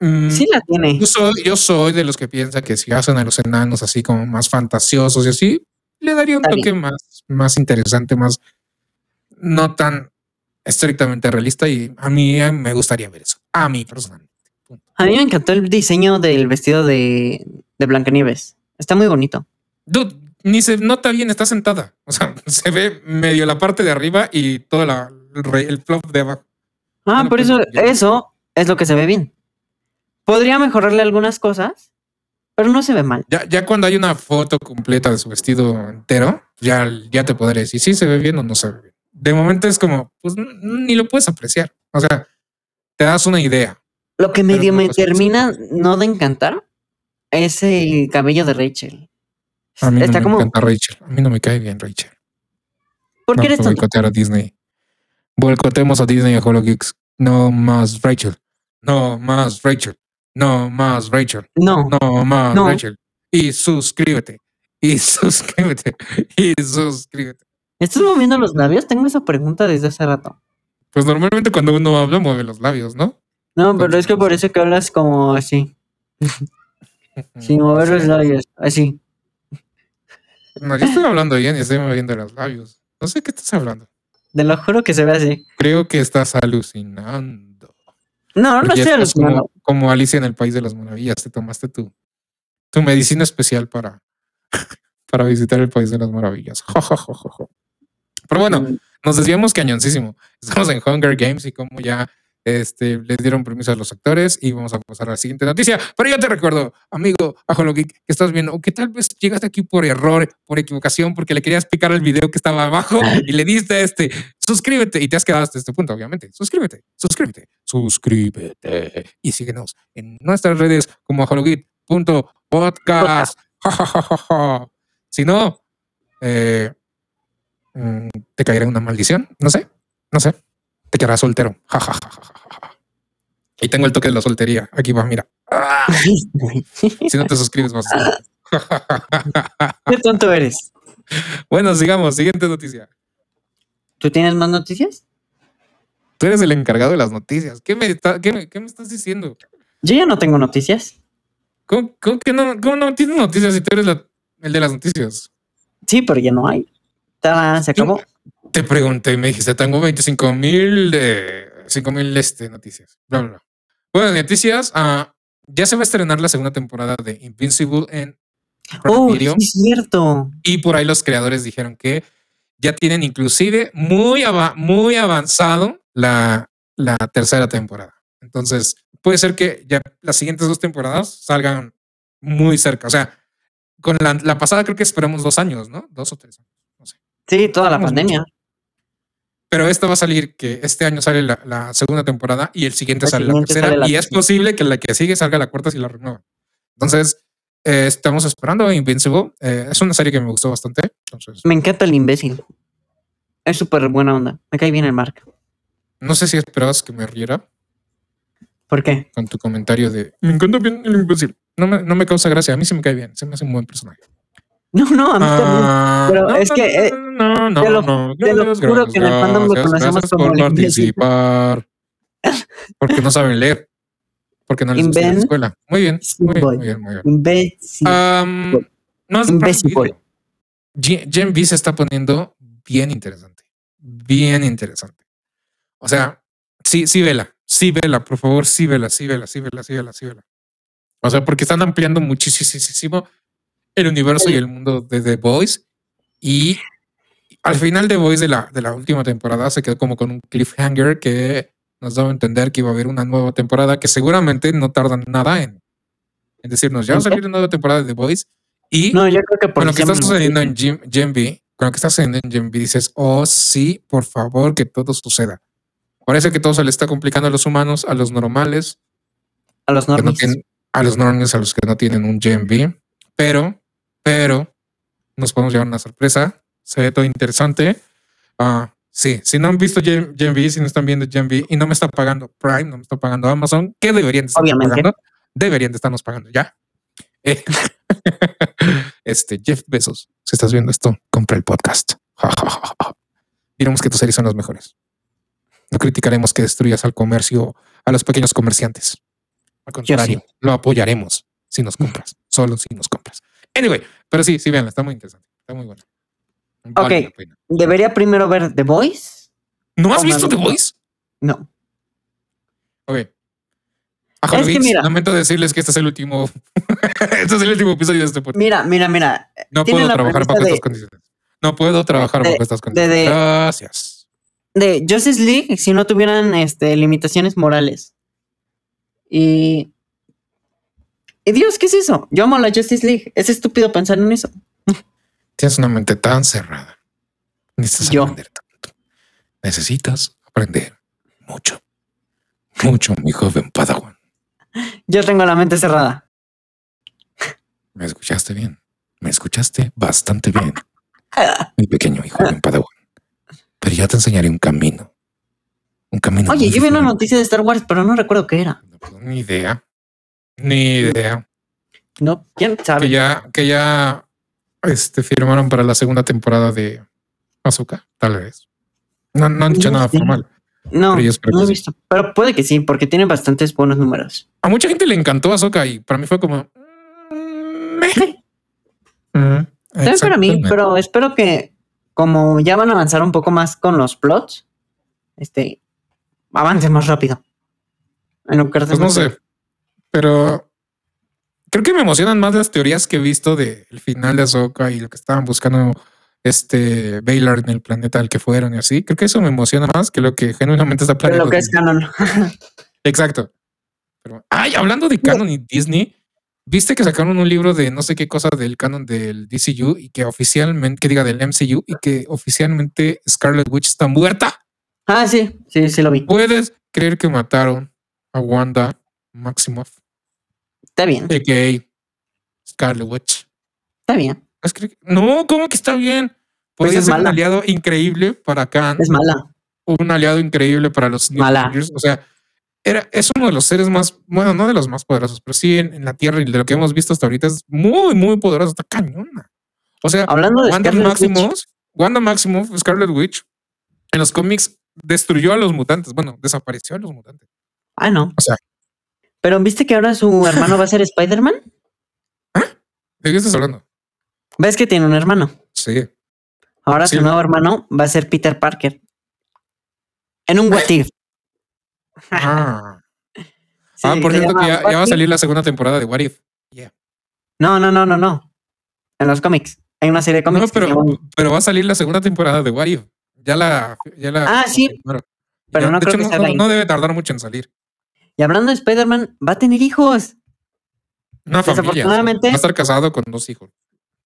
B: mm,
C: Sí la tiene.
B: yo, soy, yo soy de los que piensa que si hacen a los enanos así como más fantasiosos y así, le daría un
C: Está
B: toque más, más interesante, más no tan estrictamente realista y a mí eh, me gustaría ver eso. A mí personalmente.
C: A mí me encantó el diseño del vestido de, de Blancanieves. Está muy bonito.
B: Dude, ni se nota bien, está sentada. O sea, se ve medio la parte de arriba y todo la, el, re- el flop de abajo.
C: Ah,
B: Bueno,
C: por
B: pues,
C: eso,
B: ya.
C: eso es lo que se ve bien. Podría mejorarle algunas cosas, pero no se ve mal.
B: Ya, ya cuando hay una foto completa de su vestido entero, ya, ya te podré decir si se ve bien o no se ve bien. De momento es como, pues n- ni lo puedes apreciar. O sea, te das una idea.
C: Lo que
B: Pero
C: medio
B: no
C: me
B: pasa mucho.
C: termina no de encantar es el cabello de Rachel.
B: A mí no
C: Está
B: me
C: como,
B: encanta Rachel. A mí no me cae bien Rachel.
C: ¿por qué
B: Vamos
C: eres
B: a
C: tonto?
B: boicotear a Disney. Boicotemos a Disney y a HoloGeeks. No más Rachel. No más Rachel. No más Rachel.
C: No,
B: No más
C: No.
B: Rachel. Y suscríbete. Y suscríbete. Y suscríbete.
C: ¿estás moviendo los labios? Tengo esa pregunta desde hace rato.
B: Pues normalmente cuando uno habla mueve los labios, ¿no?
C: No, pero es que por eso que hablas como así,
B: Mm,
C: sin mover los labios, así.
B: No, yo estoy hablando bien y estoy moviendo los labios. No sé qué estás hablando.
C: Te lo juro que se ve así.
B: Creo que estás alucinando.
C: No, no
B: Porque
C: estoy
B: estás como,
C: alucinando.
B: como Alicia en el País de las Maravillas. Te tomaste tu, tu medicina especial para, para visitar el País de las Maravillas. Jo, jo, jo, jo, jo. Pero bueno, nos desviamos cañoncísimo. Estamos en Hunger Games y como ya este, les dieron permiso a los actores y vamos a pasar a la siguiente noticia. Pero yo te recuerdo, amigo Ajolo Geek, que estás viendo, o que tal vez llegaste aquí por error, por equivocación, porque le querías picar al video que estaba abajo y le diste a este, suscríbete y te has quedado hasta este punto, obviamente. Suscríbete, suscríbete, suscríbete y síguenos en nuestras redes como ajologeek.podcast. Ja, ja, ja, ja, ja. si no, eh, mm, te caerá una maldición, no sé, no sé, te quedarás soltero. Ja, ja, ja, ja, ja, ja. Y tengo el toque de la soltería. Aquí va, mira. Ah, Si no te suscribes, vas a ser soltero. Ja, ja, ja, ja, ja.
C: ¿Qué tonto eres?
B: Bueno, sigamos. Siguiente noticia.
C: ¿Tú tienes más noticias?
B: Tú eres el encargado de las noticias. ¿Qué me, está- qué me- qué me estás diciendo?
C: Yo ya no tengo noticias.
B: ¿Cómo, cómo que no, cómo no tienes noticias si tú eres la- el de las noticias?
C: Sí, pero ya no hay. Tarán, se acabó.
B: Te pregunté y me dijiste, tengo 25 mil de 5 mil este, noticias. Bla, bla, bla. Bueno, noticias. ah, ya se va a estrenar la segunda temporada de Invincible en Prime
C: Oh, sí
B: Video.
C: es cierto.
B: Y por ahí los creadores dijeron que ya tienen inclusive muy, ava- muy avanzado la, la tercera temporada. Entonces, puede ser que ya las siguientes dos temporadas salgan muy cerca. O sea, con la, la pasada creo que esperamos dos años, ¿no? Dos o tres años.
C: Sí, toda la
B: Vamos
C: pandemia.
B: Pero esta va a salir, que este año sale la, la segunda temporada y el siguiente
C: La
B: sale la
C: siguiente
B: tercera.
C: sale la
B: y es
C: tercera.
B: posible que la que sigue salga la cuarta si la renuevan. Entonces, eh, estamos esperando Invincible. Eh, es una serie que me gustó bastante. Entonces,
C: Me encanta el imbécil. Es súper buena onda. Me cae bien el Mark.
B: No sé si esperabas que me riera
C: ¿Por qué?
B: con tu comentario de me encanta bien el imbécil. No me, no me causa gracia. A mí sí me cae bien. Se me hace un buen personaje.
C: No, no, a mí también.
B: Ah,
C: Pero es que, eh,
B: no, no,
C: te lo-
B: no.
C: te lo
B: Gracias,
C: juro que en el fandom lo
B: gracias,
C: conocemos
B: gracias
C: como
B: por
C: el imbécil.
B: participar. Porque no saben leer. Porque no les gusta ir a la
C: Inven-
B: escuela. Muy bien, muy bien,
C: Boy.
B: muy bien, muy bien.
C: Imbécil.
B: Ah. Am, no es
C: Imbécil
B: Prime
C: boy.
B: Video. Gen Gen V se está poniendo bien interesante. Bien interesante. O sea, sí, sí, vela. Sí, vela, por favor, sí, vela, sí, vela, sí, vela, sí, vela, sí, vela. O sea, porque están ampliando muchísimo el universo y el mundo de The Voice. Y al final The Voice de la, de la última temporada se quedó como con un cliffhanger que nos daba a entender que iba a haber una nueva temporada que seguramente no tardan nada en, en decirnos, ya va a salir una nueva temporada de The Voice. Y
C: no, yo creo que por
B: con lo que está
C: diciembre-
B: sucediendo en Jim- Gen V, con lo que está sucediendo en Gen V, dices, oh sí, por favor, que todo suceda. Parece que todo se le está complicando a los humanos, a los normales,
C: a los
B: que no
C: normies.
B: tienen- a los normales, a los que no tienen un Gen V. Pero, pero, nos podemos llevar una sorpresa. Se ve todo interesante. Ah, sí, si no han visto Gen, Gen V, si no están viendo Gen V y no me está pagando Prime, no me está pagando Amazon, ¿qué deberían de estarnos
C: Obviamente.
B: pagando? Deberían de estarnos pagando ya. Eh, este, Jeff Bezos, si estás viendo esto, compra el podcast. Ja, ja, ja, ja. Diremos que tus series son las mejores. No criticaremos que destruyas al comercio, a los pequeños comerciantes. Al contrario, lo apoyaremos si nos compras, solo si nos compras. Anyway, pero sí, sí, veanla, está muy interesante, está muy buena. Vale
C: Ok.
B: la pena.
C: Debería primero ver The Voice.
B: ¿No has
C: Oh,
B: visto The
C: mami.
B: Voice?
C: No.
B: Ok. Ajo,
C: Es que
B: Luis,
C: mira.
B: Lamento decirles que este es el último. este es el último episodio de este podcast.
C: Mira, mira, mira.
B: No
C: tiene
B: puedo
C: la
B: trabajar
C: premisa
B: bajo
C: de-
B: estas condiciones. No puedo trabajar
C: de-
B: bajo estas
C: de-
B: condiciones.
C: de-
B: Gracias.
C: De Justice League, si no tuvieran este, limitaciones morales. Y. Y Dios, ¿qué es eso? Yo amo la Justice League. Es estúpido pensar en eso.
B: Tienes una mente tan cerrada. Necesitas
C: Yo.
B: aprender tanto. Necesitas aprender mucho. Mucho, mi joven Padawan.
C: Yo tengo la mente cerrada.
B: Me escuchaste bien. Me escuchaste bastante bien, mi pequeño y joven Padawan. Pero ya te enseñaré un camino Un camino. muy
C: Oye, yo vi una
B: diferente.
C: noticia de Star Wars, pero no recuerdo qué era.
B: Ni idea. Ni idea.
C: No, quién
B: Que
C: sabe.
B: ya, que ya este, firmaron para la segunda temporada de Azúcar, tal vez. No, no han dicho
C: No
B: nada
C: sé.
B: formal.
C: No,
B: pero yo espero
C: no
B: que
C: he
B: sí.
C: visto. Pero puede que sí, porque tiene bastantes buenos números.
B: A mucha gente le encantó Azúcar y para mí fue como. mm, meh. Ujú,
C: Tal vez para mí,
B: exactamente.
C: pero espero que como ya van a avanzar un poco más con los plots, este, avancen más rápido. En lo que
B: Pues no sé. Pero creo que me emocionan más las teorías que he visto del final de Ahsoka y lo que estaban buscando este Baylor en el planeta al que fueron y así. Creo que eso me emociona más que lo que genuinamente está
C: Pero
B: planeado.
C: lo que es canon.
B: Exacto. Pero, ay, hablando de canon y Disney, viste que sacaron un libro de no sé qué cosa del canon del DCU y que oficialmente, que diga del MCU y que oficialmente Scarlet Witch está muerta.
C: Ah, sí, sí, sí lo vi.
B: ¿Puedes creer que mataron a Wanda Maximoff?
C: Está bien,
B: a.k.a. Scarlet Witch.
C: está bien.
B: Es que- No, ¿cómo que está bien? Pues Podría
C: es
B: ser un
C: mala.
B: aliado increíble para Khan,
C: Es mala.
B: un aliado increíble para los New
C: Mala.
B: Avengers, O sea, era, es uno de los seres más, bueno, no de los más poderosos, pero sí en, en la Tierra y de lo que hemos visto hasta ahorita es muy, muy poderoso, está cañona. O sea,
C: Hablando de
B: Wanda
C: Scarlet
B: Maximoff,
C: Witch,
B: Wanda Maximoff, Scarlet Witch, en los cómics destruyó a los mutantes, bueno, desapareció a los mutantes.
C: Ah, no.
B: O sea.
C: Pero viste que ahora su hermano va a ser Spider-Man.
B: ¿De qué estás hablando?
C: ¿Ves que tiene un hermano?
B: Sí.
C: Ahora
B: Sí.
C: su nuevo hermano va a ser Peter Parker. En un what if.
B: Ah,
C: Sí,
B: Ah, por
C: se
B: cierto, que
C: llama
B: ya,
C: What
B: ya va a
C: If.
B: salir la segunda temporada de What If.
C: No, no, no, no, no. En los cómics. Hay una serie de
B: No,
C: cómics. que se
B: pero,
C: llama-
B: pero va a salir la segunda temporada de What If. Ya la. Ya la
C: Ah, sí.
B: confirmaron.
C: Pero no
B: de
C: creo que
B: no,
C: salga ahí.
B: no debe tardar mucho en salir.
C: Y hablando de Spider-Man, va a tener hijos.
B: Una familia.
C: Desafortunadamente-
B: Va a estar casado con dos hijos.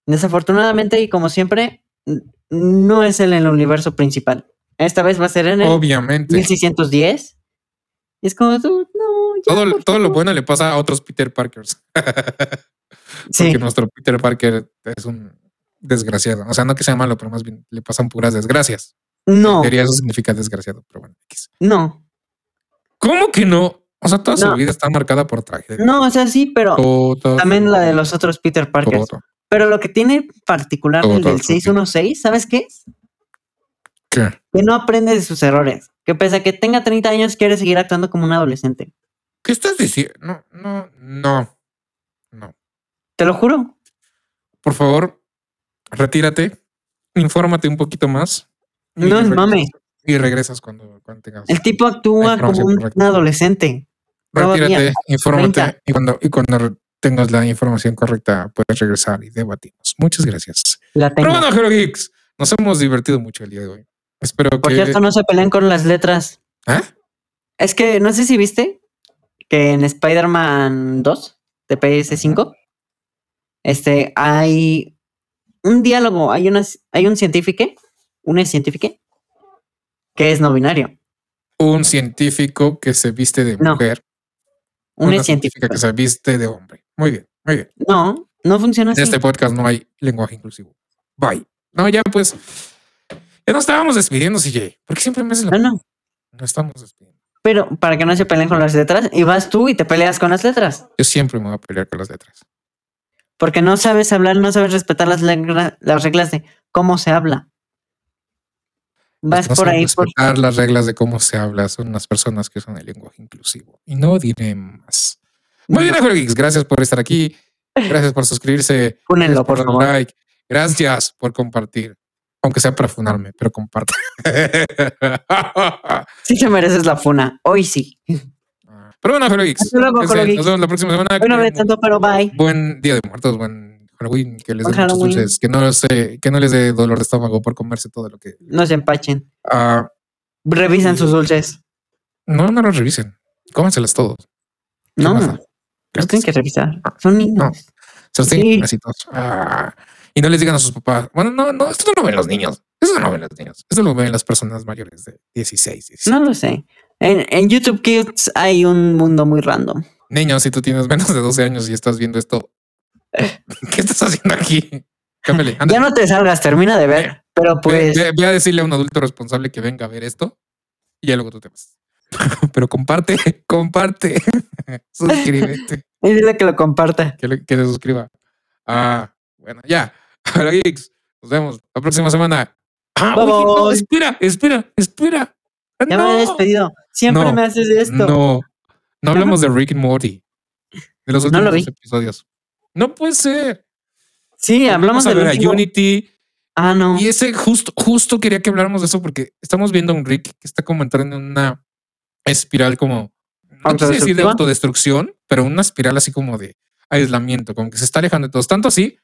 C: Desafortunadamente, y como siempre, n- no es él en el universo principal. Esta vez va a ser en el
B: Obviamente.
C: 1610. Y es como, tú, no, ya,
B: Todo,
C: por
B: todo lo
C: favor.
B: bueno le pasa a otros Peter Parkers.
C: Sí,
B: Que nuestro Peter Parker es un desgraciado. O sea, no que sea malo, pero más bien le pasan puras desgracias.
C: no,
B: Quería eso significa desgraciado, pero bueno. X.
C: no,
B: ¿Cómo que no? O sea, toda su
C: No.
B: vida está marcada por tragedia.
C: no, o sea, sí, pero
B: Toda-
C: también la de los otros Peter Parker.
B: todo.
C: Pero lo que tiene particular
B: Todo,
C: el
B: todo,
C: del
B: todo.
C: 616, ¿sabes qué es?
B: ¿Qué?
C: Que no aprende de sus errores. Que pese a que tenga 30 años, quiere seguir actuando como un adolescente.
B: ¿Qué estás diciendo? No, no, no. No.
C: Te lo juro.
B: Por favor, retírate, infórmate un poquito más. y
C: No es
B: regresas-
C: mame.
B: Y regresas cuando, cuando tengas.
C: El tipo actúa como
B: información
C: un
B: correcta.
C: adolescente. todavía,
B: Retírate, infórmate
C: 30.
B: y cuando, y cuando re- tengas la información correcta puedes regresar y debatimos. Muchas gracias.
C: La
B: Pero
C: tengo.
B: bueno, Hero Geeks, nos hemos divertido mucho el día de hoy. Espero
C: Por
B: que.
C: cierto, no se pelean con las letras.
B: ¿Ah?
C: Es que no sé si viste que en Spider-Man 2 de PS5 este, hay un diálogo, hay, una, hay un científico, un científico que es no binario.
B: Un científico que se viste de
C: No,
B: mujer.
C: Un
B: una científica
C: científico.
B: que se viste de hombre. Muy bien, muy bien.
C: No, no funciona así.
B: En este podcast no hay lenguaje inclusivo. Bye. No, ya pues. Ya nos estábamos despidiendo, CJ. Porque siempre me haces la...
C: No, no.
B: Nos estamos despidiendo.
C: Pero para que no se peleen con las letras, y vas tú y te peleas con las letras.
B: Yo siempre me voy a pelear con las letras.
C: Porque no sabes hablar, no sabes respetar las, legra- las reglas de cómo se habla. Vas
B: Pues No
C: por
B: saben
C: ahí por
B: Respetar las reglas de cómo se habla. Son las personas que usan el lenguaje inclusivo. Y no diré más. Muy bien, Agro Geeks. Gracias por estar aquí. Gracias por suscribirse.
C: Únenlo,
B: Gracias
C: por
B: darle
C: favor.
B: like. Gracias por compartir. Aunque sea para funarme, pero comparta.
C: Sí te mereces la funa. Hoy sí.
B: pero bueno, Agro Geeks.
C: Hasta luego,
B: Cuídense.
C: Hero Geeks.
B: Nos vemos la próxima semana.
C: Hoy no hablé
B: Cuídense.
C: tanto, pero bye.
B: Buen día de muertos, buen Halloween, que les dé
C: Buen
B: muchos
C: Halloween.
B: dulces, que no, los, eh, que no les dé dolor de estómago por comerse todo lo que...
C: No se empachen.
B: Ah,
C: Revisen sus dulces.
B: no, no los revisen, cómanselos todos. ¿Qué
C: No,
B: más da?
C: no los
B: Gratis.
C: tienen que revisar. Son niños.
B: Se los tienen
C: sí.
B: que comer así todos. Ah, y no les digan a sus papás, bueno, no, no, esto no lo ven los niños, esto no lo ven los niños, esto lo ven las personas mayores de 16, 17.
C: No lo sé. En, en YouTube Kids hay un mundo muy random.
B: Niños, si tú tienes menos de 12 años y estás viendo esto, ¿qué estás haciendo aquí? Cámbiale, anda.
C: Ya no te salgas, termina de ver. Pero
B: Ve-
C: pues.
B: ve- ve a decirle a un adulto responsable que venga a ver esto y ya luego tú te vas. Pero comparte, comparte, suscríbete,
C: Y dile que lo comparta.
B: que, le- que se suscriba. Ah, bueno, ya. Hola, geeks. Nos vemos la próxima semana. Ah, oye, no,
C: Vamos.
B: espera, espera, espera. Ah,
C: Ya me
B: no.
C: había despedido. Siempre
B: No.
C: me haces esto.
B: No, no hablamos de Rick and Morty. De los
C: No
B: últimos
C: lo vi.
B: episodios. No puede ser.
C: Sí, hablamos
B: Vamos a
C: del
B: ver
C: último.
B: a Unity.
C: Ah, no.
B: Y ese justo, justo quería que habláramos de eso porque estamos viendo a un Rick que está como entrando en una espiral como no sé si de
C: ¿Autodestructiva?
B: autodestrucción, pero una espiral así como de aislamiento, como que se está alejando de todos. Tanto así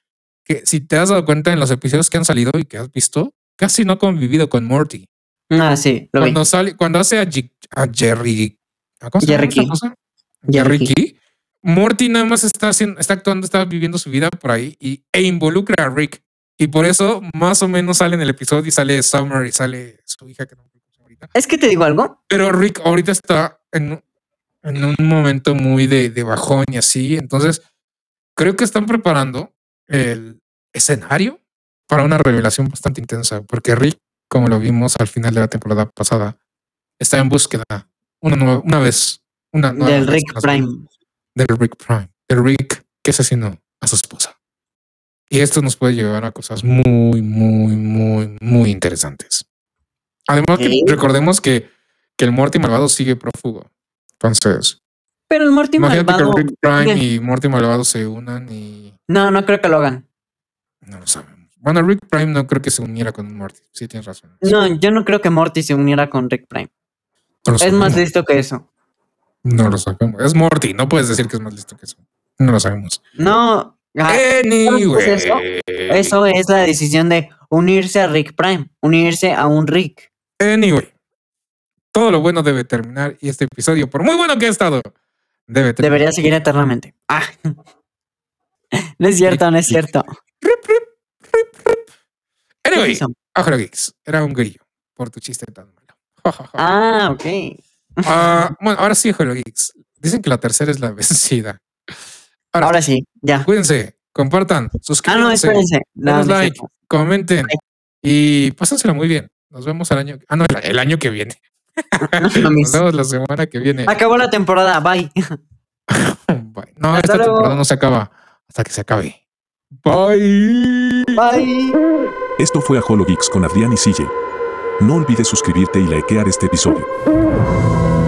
B: que si te has dado cuenta en los episodios que han salido y que has visto, casi no ha convivido con Morty.
C: Ah, sí, lo vi.
B: Cuando sale, cuando hace a, Ji- a Jerry, ¿a ¿cómo se llama
C: Jerry
B: esta
C: Key.
B: cosa?
C: Jerry
B: Jerry Key. Morty nada más está haciendo, está actuando, está viviendo su vida por ahí y, e involucra a Rick. Y por eso más o menos sale en el episodio y sale Summer y sale su hija que no me acuerdo cómo se llama ahorita.
C: Es que te digo algo.
B: Pero Rick ahorita está en, en un momento muy de, de bajón y así. Entonces, creo que están preparando el escenario para una revelación bastante intensa. Porque Rick, como lo vimos al final de la temporada pasada, está en búsqueda una, nueva, una vez. Una nueva
C: Del
B: vez
C: Rick
B: más
C: Prime.
B: Del Rick Prime. Del Rick que asesinó a su esposa. Y esto nos puede llevar a cosas muy, muy, muy, muy interesantes. Además, que
C: Ok.
B: recordemos que que el Morty malvado sigue prófugo. Entonces,
C: Pero el Morty
B: imagínate
C: malvado.
B: que Rick Prime
C: Bien.
B: y Morty malvado se unan y
C: No, no creo que lo hagan.
B: no lo sabemos. Bueno, Rick Prime no creo que se uniera con Morty. Sí, tienes razón.
C: No, yo no creo que Morty se uniera con Rick Prime.
B: No lo
C: Es
B: sabemos.
C: más listo que eso.
B: No lo sabemos. Es Morty. No puedes decir que es más listo que eso. No lo sabemos.
C: No. ah,
B: Eh. Anyway.
C: ¿sabes Eso es la decisión de unirse a Rick Prime, unirse a un Rick.
B: Anyway. Todo lo bueno debe terminar y este episodio, por muy bueno que ha estado, debe terminar.
C: Debería seguir eternamente. Ah. No es cierto, no es cierto. ¿Qué
B: Anyway,
C: hizo?
B: Ojalá Geeks. Era un grillo por tu chiste tan malo.
C: Ah, ok.
B: Ah, bueno, ahora sí, Hello Geeks. Dicen que la tercera es la vencida. Ahora-
C: Ahora sí, ya.
B: Cuídense, compartan,
C: Ah, no,
B: suscríbanse,
C: espérense. No,
B: denos
C: no es
B: like.
C: cierto.
B: comenten y pásensela muy bien. Nos vemos el año. Ah, no, el, el año que viene.
C: No, mis-
B: Nos vemos la semana que viene.
C: Acabó la temporada, bye.
B: Bye. No,
C: Hasta
B: esta
C: luego.
B: temporada no se acaba hasta que se acabe. Bye.
C: Bye.
A: Esto fue a Geeks con Adrián y Sille. No olvides suscribirte y likear este episodio.